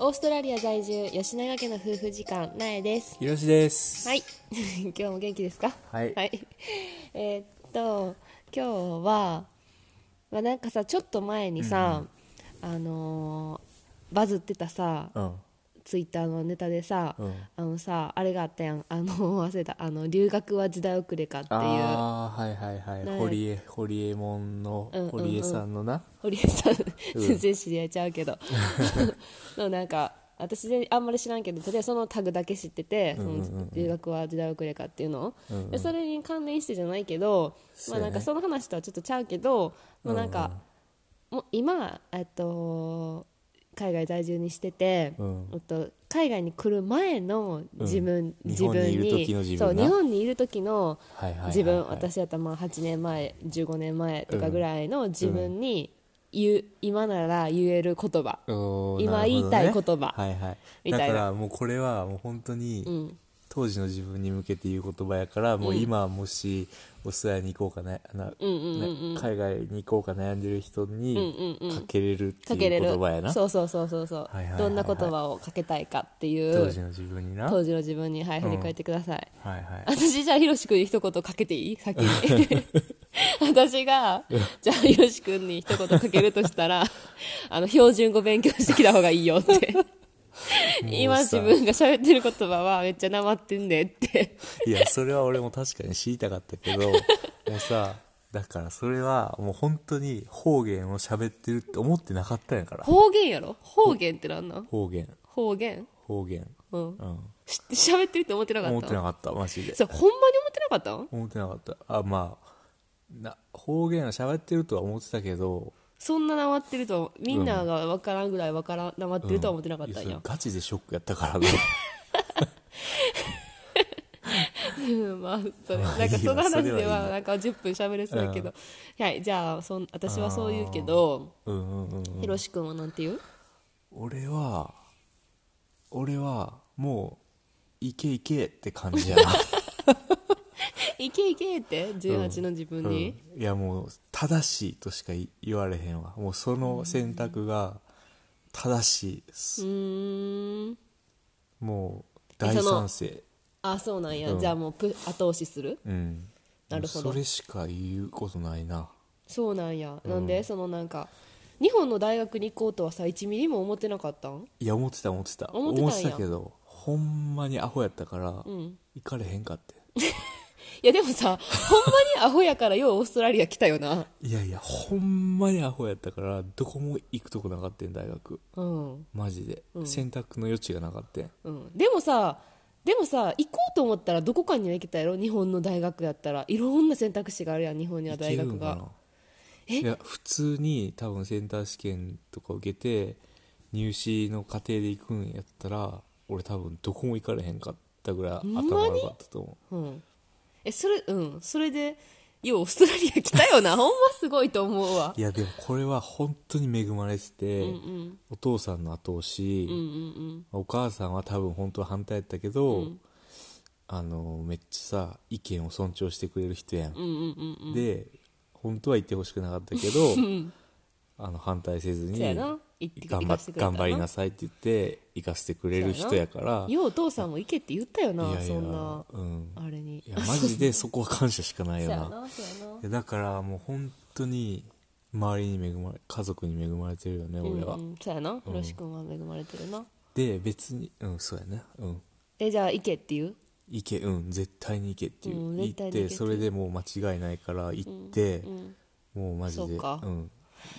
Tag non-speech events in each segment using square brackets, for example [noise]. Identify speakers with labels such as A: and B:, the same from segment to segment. A: オーストラリア在住吉永家の夫婦時間なえです
B: ひろしです。
A: はい [laughs] 今日も元気ですか
B: はい
A: [laughs] えーっと今日は、まあ、なんかさちょっと前にさ、あのーバズってたさ、
B: うん。
A: ツイッターのネタでさ、
B: うん
A: あのさあれがあったやんあの忘れたあの留学は時代遅れかっていう
B: ああ、はいはいはい
A: ね。
B: 堀江、堀江門の
A: うんうんうん、
B: 堀江さんのな。
A: 堀江さん、
B: うん
A: 全然知り合いちゃうけど [laughs] のなんか私であんまり知らんけどとりあえずそのタグだけ知ってて、
B: んうんうん
A: その留学は時代遅れかっていうの、
B: うんうん
A: でそれに関連してじゃないけど、
B: そ
A: ま
B: う
A: あ、
B: やね
A: なんかその話とはちょっとちゃうけど、まあ、なん
B: うん
A: か、もう今、えっと、海外在住にしてて、
B: うん
A: えっと、海外に来る前の自分、
B: うん
A: 自分に
B: 日本にいる時の自分
A: そう
B: な
A: 日本にいる時の
B: はいはいはいはい。
A: 自分、私やったらまあ8年前15年前とかぐらいの自分に言う今なら言える言葉、
B: おー。
A: 今
B: なるほどね
A: 言いたい言葉
B: はいはい。
A: みた
B: だ
A: いな
B: からもうこれはもう本当
A: う
B: に、
A: ん、
B: 当時の自分に向けて言う言葉やから、もう今もし、オーストラリアに行こうかな、な
A: うんうんうんうん
B: ね海外に行こうか悩んでる人に
A: うんうんうん
B: かけれるって
A: かけ
B: い
A: れ
B: う
A: る
B: 言葉やな。
A: そうそうそうそうそう、
B: はいはいはいはい
A: どんな言葉をかけたいかっていう
B: 当時の自分にな。は
A: 当
B: い
A: 時の自分に、はい、振り返ってください、
B: はい。
A: 私じゃあひろし君に一言かけて
B: [laughs]
A: いい先に [laughs] 私がじゃあひろし君に一言かけるとしたらあの標準語勉強してきた方がいいよって今自分が喋ってる言葉はめっちゃなまってんでって
B: いや、それは俺も確かに知りたかったけど、もうさ、だからそれはもう本当に方言を喋ってるって思ってなかったんやから。
A: 方言やろ方言ってなんなん
B: 方言、
A: 方言
B: 方言。
A: うん
B: うん。
A: し喋ってるって思ってなかった
B: 思ってなかった、マジで。
A: そうほんまに思ってなかったん
B: 思ってなかった。あ、まあ、な方言を喋ってるとは思ってたけど、
A: そんななまってるとみんながわからんぐらいわからんなまってるとは思ってなかったん
B: いや
A: や
B: それ、ガチでショックやったからね。
A: うん [laughs] まあそれ
B: ま
A: な
B: あ
A: んか
B: いい
A: そ
B: や
A: の話
B: それはい
A: で
B: い
A: はなんか10分喋れそうやけど、はいじゃあそん私はそう言うけど
B: [laughs] うんうんうんうん。
A: ひろし君はなんて言う
B: 俺は、俺は、もう、いけいけって感じやな。
A: いけいけって18の自分に、
B: うんいやもう正しいとしかい言われへんわもうその選択が正しいです、
A: うーん
B: もう大賛成
A: あそうなんや、
B: うん
A: じゃあもうプ後押しする
B: うん
A: なるほど
B: もうそれしか言うことないな
A: そうなんや、なんでそのなんか日本の大学に行こうとはさ1ミリも思ってなかったん
B: いや思ってた思ってた
A: 思ってたんや
B: けどほんまにアホやったから、
A: ん
B: 行かれへんかって
A: いやでもさほんまにアホやからようオーストラリア来たよない
B: やいやほんまにアホやったからどこも行くとこなかったん大学
A: うん
B: マジで、選択の余地がなかったん
A: うんでもさでもさ行こうと思ったらどこかには行けたやろ日本の大学やったらいろんな選択肢があるやん日本には大学が
B: いけるんかないや普通に多分センター試験とか受けて入試の過程で行くんやったら俺多分どこも行かれへんかったぐらい
A: ん
B: 頭
A: まに
B: 悪かったと思
A: うんえそれうんそれでようオーストラリア来たよ
B: [laughs]
A: なほんますごいと思うわ
B: ういやでもこれは本当に恵まれてて、
A: うんうん
B: お父さんの後押し、
A: うんうん
B: お母さんは多分本当は反対やったけど、
A: うん
B: あのめっちゃさ意見を尊重してくれる人やん、
A: うんうんうんうん
B: で本当は行ってほしくなかったけ
A: [laughs]
B: ど
A: ん
B: あの反対せずに
A: そうやな行って
B: 頑張
A: 行か
B: っ
A: せてくれたな
B: 頑張りなさいって言って行かせてくれる人やから
A: ようお父さんも行けって言ったよない
B: やいや
A: そんな
B: うん、
A: あれに
B: いやマジでそこは感謝しかない
A: [laughs] そう
B: よ
A: や
B: な
A: なそうやない
B: やだからもう本当に周りに恵まれ家族に恵まれてるよね俺は、
A: うんうん、そうやなひろし君は恵まれてるな、
B: で別にうんそうやねうん
A: えじゃあ行けっていう
B: 行けうん絶対に行けっていう、
A: うん
B: 行
A: 絶対
B: っ
A: に行けってていう
B: それでもう間違いないから行って、
A: うん
B: もうマジで
A: そうか
B: ん、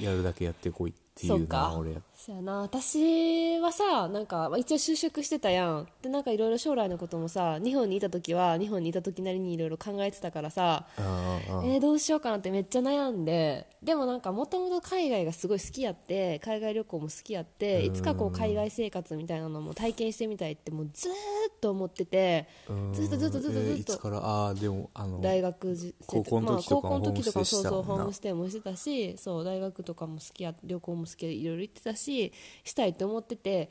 B: やるだけやってこいっていう
A: そうか
B: な俺や
A: そうやな私はさなんかまあ一応就職してたやんでなんかいろいろ将来のこともさ日本にいた時は日本にいた時なりにいろいろ考えてたからさ
B: ああああ
A: えーどうしようかなってめっちゃ悩んででもなんかもともと海外がすごい好きやって海外旅行も好きやっていつかこう海外生活みたいなのも体験してみたいってもうずーっと思ってて
B: うん
A: ずっとずっとずっと
B: え
A: ず
B: ー
A: っ
B: いつ
A: と
B: からああでもあの
A: 大学時
B: 高校の時とかも
A: まあ、高校の時とかも
B: ホームステイ
A: そ
B: し
A: う
B: て
A: そ
B: たも
A: うん
B: な
A: ホームステイもしてたしそう大学とかも好きや旅行も好きでいろいろ行ってたししたいと思ってて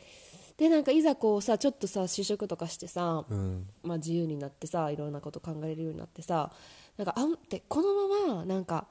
A: でなんかいざこうさちょっとさ就職とかしてさ、
B: うん
A: まあ、自由になってさいろんなこと考えれるようになってさなんかあんってこのままなんか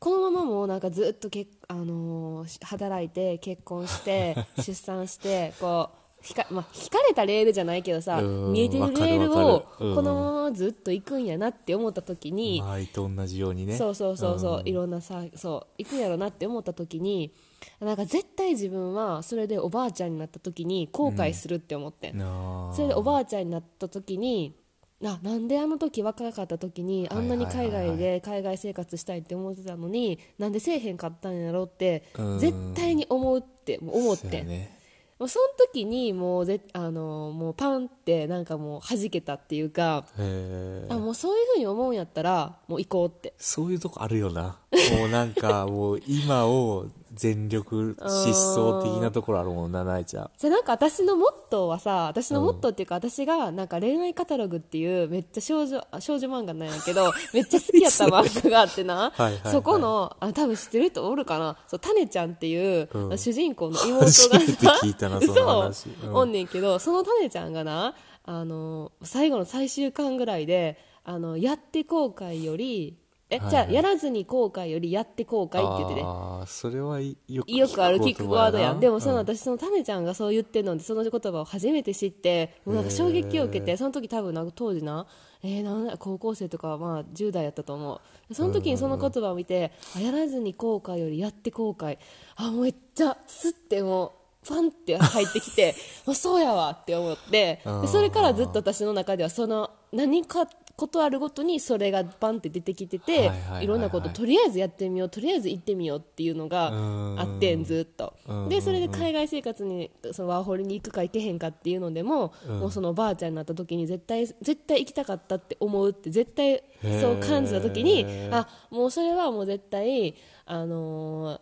A: このままもうなんかずっとけ、あのーし働いて結婚して
B: [laughs]
A: 出産してこうひか,、まあ、ひかれたレールじゃないけどさ
B: うん
A: 見えてるレール
B: わ
A: を
B: かるわかるうん
A: このままずっと行くんやなって思った時に、
B: 周りと同じようにね
A: そうそうそうそう、
B: ん
A: いろんなさそう行くんやろなって思った時になんか絶対自分はそれでおばあちゃんになった時に後悔するって思ってん、
B: なあ
A: それでおばあちゃんになった時にあなんであの時若かった時にあんなに
B: はいはい
A: 海
B: はいは
A: 外
B: い
A: で海外生活したいって思ってたのになんでせえへんかったんやろって
B: うん
A: 絶対に思うってもう思っ
B: そう
A: て
B: や
A: ん
B: ね
A: もうその時にもうぜあのもうパンってなんかもう弾けたっていうか
B: へえ
A: あもうそういうふうに思うんやったらもう行こうって
B: そういうとこあるよなもうなんかもう今を全力疾走的なところあるもんななえちゃん
A: じゃあなんか私のモットーはさ私のモットーっていうか、私がなんか恋愛カタログっていうめっちゃ少女あ少女漫画なんやけど [laughs] めっちゃ好きやった漫画があってな
B: [laughs] はいはいはい
A: そこのあ多分知ってる人おるかなそうタネちゃんっていう、
B: うん
A: 主人公の妹が
B: 初
A: さ
B: めて聞いたなその話
A: 嘘
B: うん
A: おんねんけどそのタネちゃんがなあの最後の最終巻ぐらいであのやって後悔よりえ、
B: はいはい
A: じゃあやらずに後悔よりやって後悔って言ってて、
B: ああそれはいよく
A: よくあるキックワードやん。でもその
B: の
A: 私、そのタネちゃんがそう言ってるので、その言葉を初めて知って、もうなんか衝撃を受け
B: へ
A: て、
B: ー
A: その時多分なんか当時な、えー、なんだ高校生とかまあ10代やったと思う。その時にその言葉を見て、あやらずに後悔よりやって後悔。あ、もうめっちゃスッてもう、ファンって入ってき
B: [laughs]
A: て、もうそうやわって思って、
B: あ
A: で
B: ー
A: それからずっと私の中ではその何かことあるごとにそれがバンって出てきて
B: はい
A: て
B: はいはいはい
A: いろんなこととりあえずやってみようとりあえず行ってみようっていうのが
B: うん
A: あってんずっと
B: うん
A: でそれで海外生活にそのワーホリに行くか行けへんかっていうのでも
B: うん
A: もうそのおばあちゃんになった時に絶対絶対行きたかったって思うって絶対そう感じた時に
B: へー
A: あもうそれはもう絶対あのー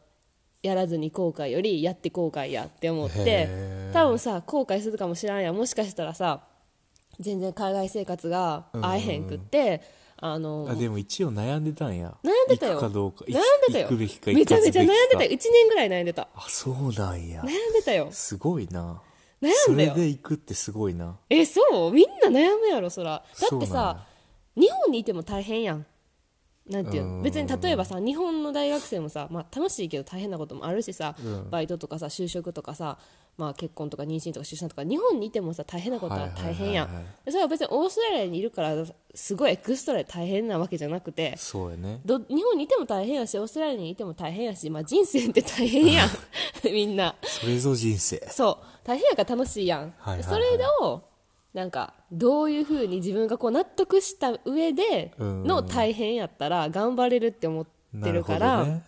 A: やらずに後悔よりやって後悔やって思って
B: へー
A: 多分さ後悔するかもしらんやんもしかしたらさ全然海外生活が合えへんくって、あの
B: あでも一応悩んでたんや
A: 悩んでたよ
B: 行くかどうか
A: 悩んでたよ
B: 行くべきか
A: めちゃめちゃ悩んでたよ1
B: よ
A: 年ぐらい悩んでた
B: あそうなんや
A: 悩んでたよ
B: すごいな
A: 悩んだよ
B: それで行くってすごいな
A: えそうみんな悩むやろそらだ
B: そ
A: っ
B: うな
A: て
B: ん
A: さ
B: や
A: 日本にいても大変やんなんていう
B: う
A: の
B: ん
A: 別に例えばさ日本の大学生もさ、まあ、楽しいけど大変なこともあるしさ、
B: うん
A: バイトとかさ就職とかさ、まあ、結婚とか妊娠とか出産とか日本にいてもさ大変なことは大変やん、
B: はいはいはいは
A: でそれは別にオーストラリアにいるからすごいエクストラで大変なわけじゃなくて
B: そうやね
A: ど日本にいても大変やしオーストラリアにいても大変やし、まあ、人生って大変
B: [laughs]
A: やんみんな
B: それぞ人生
A: そう大変やから楽しいやん、
B: はいはいはい
A: それをなんかどういうふうに自分がこう納得した上で
B: うん
A: の大変やったら頑張れるって思ってるか
B: な
A: ら
B: ほどね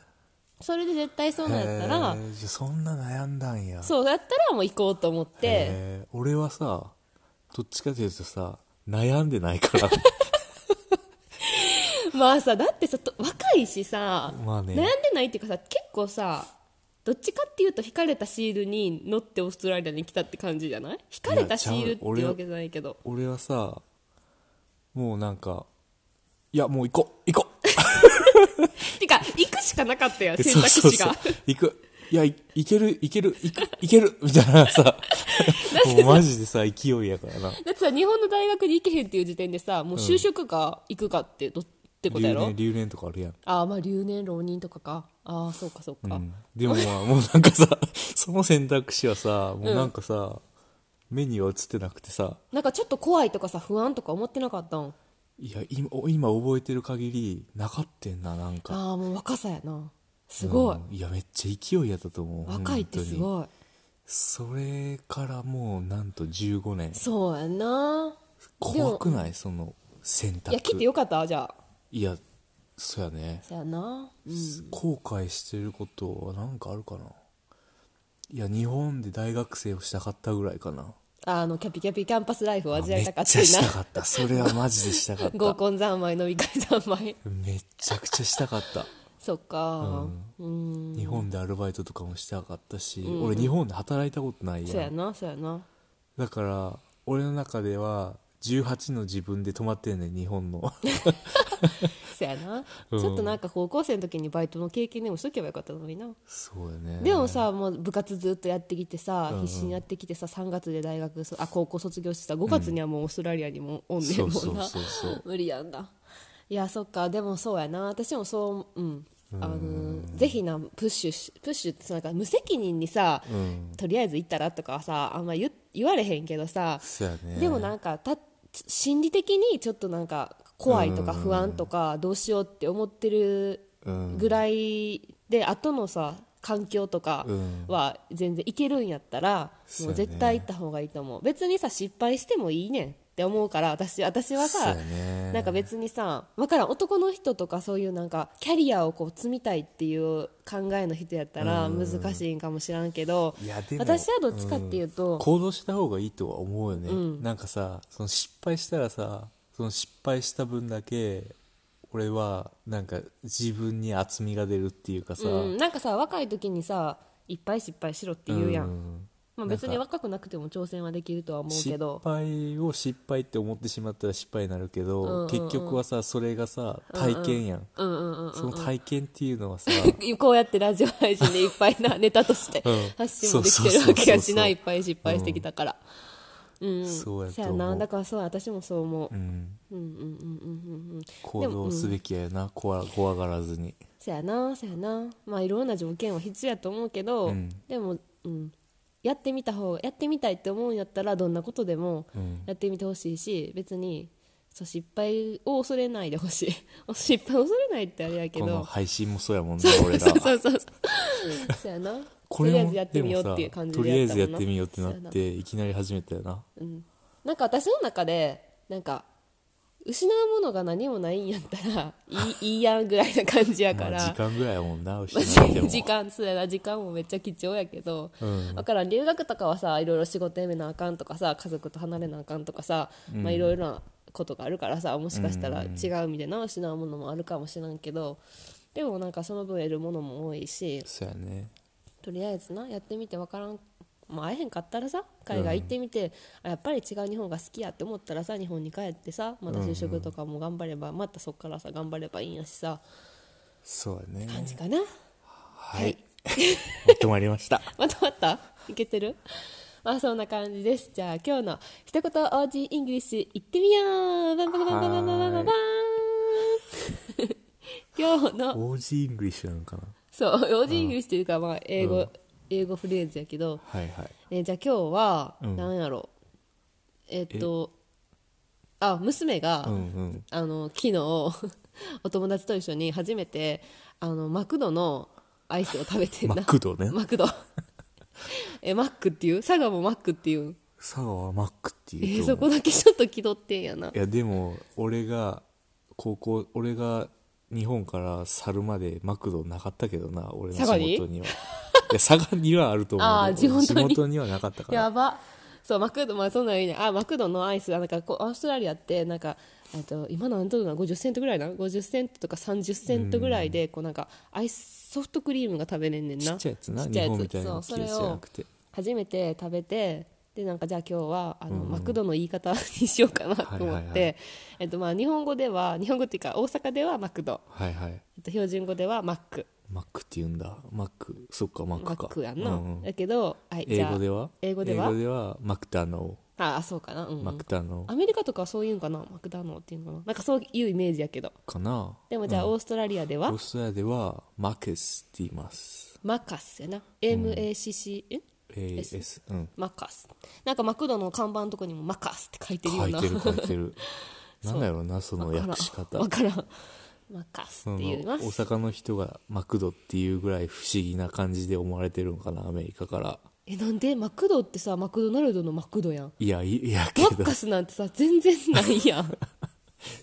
A: それで絶対そうなんやったら
B: へーじゃあそんな悩んだんや
A: そうだったらもう行こうと思って
B: へー俺はさどっちかというとさ悩んでな
A: [laughs]
B: いから
A: まあさだってさと若いしさ、
B: まあ
A: 悩
B: ね
A: んでないっていうかさ結構さどっちかっていうと引かれたシールに乗ってオーストラリアに来たって感じじゃない引かれたシールっていうわけじゃないけど
B: 俺はさもうなんかいやもう行こう行こう
A: てか行くしかなかった
B: [laughs]
A: やん [laughs]
B: で
A: 選択肢が
B: そうそうそう行くいやい行ける行ける行く行けるみたいな
A: [laughs]
B: さもうマジでさ勢いやからな
A: だってさ日本の大学に行けへんっていう時点でさもう就職か行くかってどってことや
B: 留
A: ろ
B: 年留年とかあるやん
A: ああまあ留年浪人とかかああそうかそうか、
B: うんでもまあもうなんかさ [laughs] その選択肢はさもうなんかさ、目には映ってなくてさ
A: なんかちょっと怖いとかさ不安とか思ってなかったん
B: いや今今覚えてる限りなかってんななんか
A: ああもう若さやなすごい、
B: うんいやめっちゃ勢いやったと思う
A: 若いってす
B: い
A: ごい
B: それからもうなんと15年
A: そうやな
B: 怖くないその選
A: い
B: 択
A: や来てよかったじゃあ
B: いやそうやね
A: そうやな
B: 後悔してることはなんかあるかないや日本で大学生をしたかったぐらいかな
A: あのキャピキャピキャンパスライフを味わ
B: め
A: い
B: った
A: かっ
B: ち
A: た
B: ゃ
A: な
B: したかったそれはマジでしたかっ
A: 合
B: た
A: コン三昧飲み会三昧 [laughs]
B: めっちゃくちゃしたかった
A: そっかうん
B: 日本でアルバイトとかもしたかったし、俺日本で働いたことない
A: そう
B: や
A: や
B: ん
A: なそうやな
B: だから俺の中では18の自分で止まってんねん日
A: [laughs]
B: 本の
A: そやな、
B: うん
A: ちょっとなんか高校生の時にバイトの経験でもしとけばよかったのにな、
B: そうやね
A: でもさもう部活ずっとやってきてさ、
B: うん
A: 必死にやってきてさ3月で大学そあ高校卒業してさ5月にはもうオーストラリアにもおんねん
B: そう
A: も
B: そ
A: ん
B: う
A: な
B: そうそう
A: 無理やんだいやそっかでもそうやな私もそううんあのぜひなプッシュしプッシュってさなんか無責任にさ、
B: うん
A: とりあえず行ったらとかはさあんま言言われへんけどさ、
B: そやね
A: でもなんかた心理的にちょっとなんか怖いとか
B: うん
A: 不安とかどうしようって思ってる
B: うん
A: ぐらいで後のさ環境とか
B: うん
A: は全然いけるんやったら、
B: そ
A: も
B: うや
A: う
B: ね
A: 絶対行った方がいいと思う別にさ失敗してもいいねんって思うから私私は
B: そうや
A: さ、
B: ね
A: なんか別にさ分からん男の人とかそういうなんかキャリアをこう積みたいっていう考えの人やったら難しいんかもしらんけど、
B: いやでも
A: 私はどっちかっていうと、
B: 行動した方がいいとは思うよね、なんかさその失敗したらさその失敗した分だけ俺はなんか自分に厚みが出るっていうかさ、
A: うん、なんかさ若い時にさいっぱい失敗しろって言うやん、
B: うん
A: まあ、別に若くなくても挑戦はできるとは思うけ
B: 失
A: ど
B: 敗を失敗って思ってしまったら失敗になるけど、
A: うんうん
B: 結局はさそれがさ体験やん,、
A: うんうんうん
B: その体験っていうの
A: [laughs]
B: はさ
A: こうやってラジオ配信でいっぱいなネタとして
B: うん
A: 発信もできてるわけやしな
B: そうそうそうそう
A: いっぱい失敗してきたからうん
B: そうやと
A: そや
B: 思う
A: なだからそう私もそう思う、
B: うん
A: うん、うんうんうんうんうん
B: 行動すべきやよな、怖怖がらずに
A: そやなそやなまあいろんな条件は必要やと思うけど、
B: うん
A: でも、うん、やってみた方がやってみたいって思うんやったらどんなことでも
B: うん
A: やってみてほしいし別にそう失敗を恐れないでほしい [laughs] 失敗を恐れないってあれやけ
B: こ
A: [laughs]
B: の
A: ど
B: 配信もそうやもんね俺ら
A: [laughs] そうそうそうそ
B: [laughs]
A: うそやな
B: こと
A: りあ
B: れ
A: え
B: も
A: ずやってみようっていう感じ
B: でもさと
A: で
B: りあ
A: や
B: え
A: ったも
B: ずやっ
A: んな
B: てみようってな
A: そ
B: っ
A: や
B: ていきなり始めたよな
A: うん、なんか私の中でなんか失うものが何もないんやったらいいいいやんぐらいな感じやから、
B: まあ、時間ぐらいやもんな
A: まあ
B: 失って
A: [laughs]
B: も
A: 時間そうやな時間もめっちゃ貴重やけど、
B: うん
A: だからん留学とかはさいろいろ仕事辞めなあかんとかさ家族と離れなあかんとかさ、まあ、いろいろなことがあるからさもしかしたら違う意味でな失うものもあるかもしれんけどでもなんかその分得るものも多いし
B: そうやね
A: とりあえずなやってみてわからん、まあ、会えへんかったらさ海外行ってみて、あやっぱり違う日本が好きやって思ったらさ日本に帰ってさまた就職とかも頑張れば、またそっからさ頑張ればいいんやしさ
B: そうやね
A: 感じかな。
B: はい、
A: はい
B: まとまりました
A: まとまったいけてるまあそんな感じです。じゃあ今日の一言 OG イングリッシュ行ってみようバンバンバンバンバンバンバン
B: [laughs]
A: バンバン今日の、
B: オージーイングリッシュなのかな
A: そう、OG イングリッシュというかまあ英語、
B: うん
A: 英語フレーズやけど、
B: はいはい
A: えーじゃあ今日は、
B: うん
A: なんやろう。えっと、あ、娘が、
B: うんうん
A: あの昨日 [laughs] お友達と一緒に初めてあのマクドのアイスを食べてんな
B: マクドね
A: マクド [laughs] えマックっていう佐賀もマックっていう
B: 佐賀はマックって
A: え
B: いうと
A: そ
B: 思
A: こ
B: う
A: だけちょっと気取ってんやない
B: やでも俺が高校俺が日本から去るまでマクドなかったけどな俺の地
A: 佐賀に
B: 元にはいや佐賀にはあると思う
A: あー地
B: けど
A: 元に
B: 地元にはなかったから
A: やばそうマクドまあそんなんいいねあマクドのアイスなんかこうオーストラリアってなんかえっと今何ドルなの50セントぐらいな50セントとか30セントぐらいでこうなんかアイスソフトクリームが食べれんねんな
B: ちっちゃいやつな
A: ちっちゃい
B: 日
A: や
B: 本
A: つ
B: みたいな大き
A: そう
B: い
A: そ
B: やつ
A: れ
B: じゃな
A: を
B: くて
A: 初めて食べてでなんかじゃあ今日はあの、マクドの言い方にしようかなと思って、
B: はいはいはい
A: えっと、まあ日本語では日本語っていうか大阪ではマクド、
B: はいはい
A: えっと、標準語ではマック
B: マックって言うんだマックそっかマッ
A: マ
B: クか
A: ックやんな、
B: うんうん
A: だけど、はい、じ
B: 英
A: ゃあ
B: 語では
A: 英語では
B: マクダノ
A: ああそうかな、うんう
B: ー
A: ん
B: マクダノ
A: アメリカとかはそういうんかなマクダノっていうのかななんかそういうイメージやけど
B: ーかな
A: でもじゃあオーストラリアでは、
B: オーストラリアではマクスって言います
A: マカスやな MACC、え
B: AS うん
A: マカスなんかマクドの看板のとこにもマカスって書いてるよ
B: 書
A: う
B: い
A: な
B: てる書い
A: [laughs]
B: てるなんだろうなその
A: わからん
B: 訳し方
A: わからんマカス
B: そ
A: っ
B: の
A: て言いま
B: 大
A: す
B: 阪の人がマクドっていうぐらい不思議な感じで思われてるのかなアメリカから
A: えなんでマクドってさマクドナルドのマクドやん
B: いやいいやけ
A: マ
B: ど
A: ッカスなんてさ全然ないやん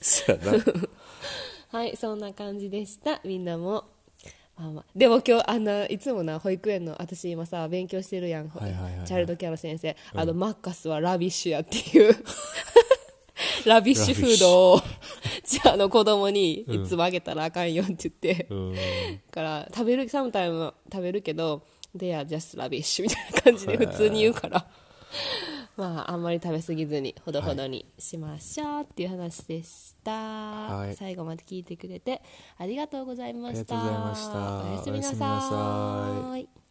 B: そうやな
A: はいそんな感じでしたみんなも、まあまあ、でも今日あんないつもな保育園の私今さ勉強してるやん、
B: はいはいはいはい
A: チャイルドキャラ先生、あのマッカスはラビッシュやって
B: [laughs]
A: いうラビッシュフードを [laughs] じゃああの子供にいつもあげたらあかんよって言って、
B: うん
A: から食べるサムタイムは食べるけど「They are just rubbish」みたいな感じで普通に言うから [laughs] まああんまり食べ過ぎずにほどほどにしましょうっていう話でした、
B: い
A: 最後まで聞いてくれてありがとうございました
B: ありがとうございました
A: おやすみな
B: おやすみな
A: さ
B: さ
A: い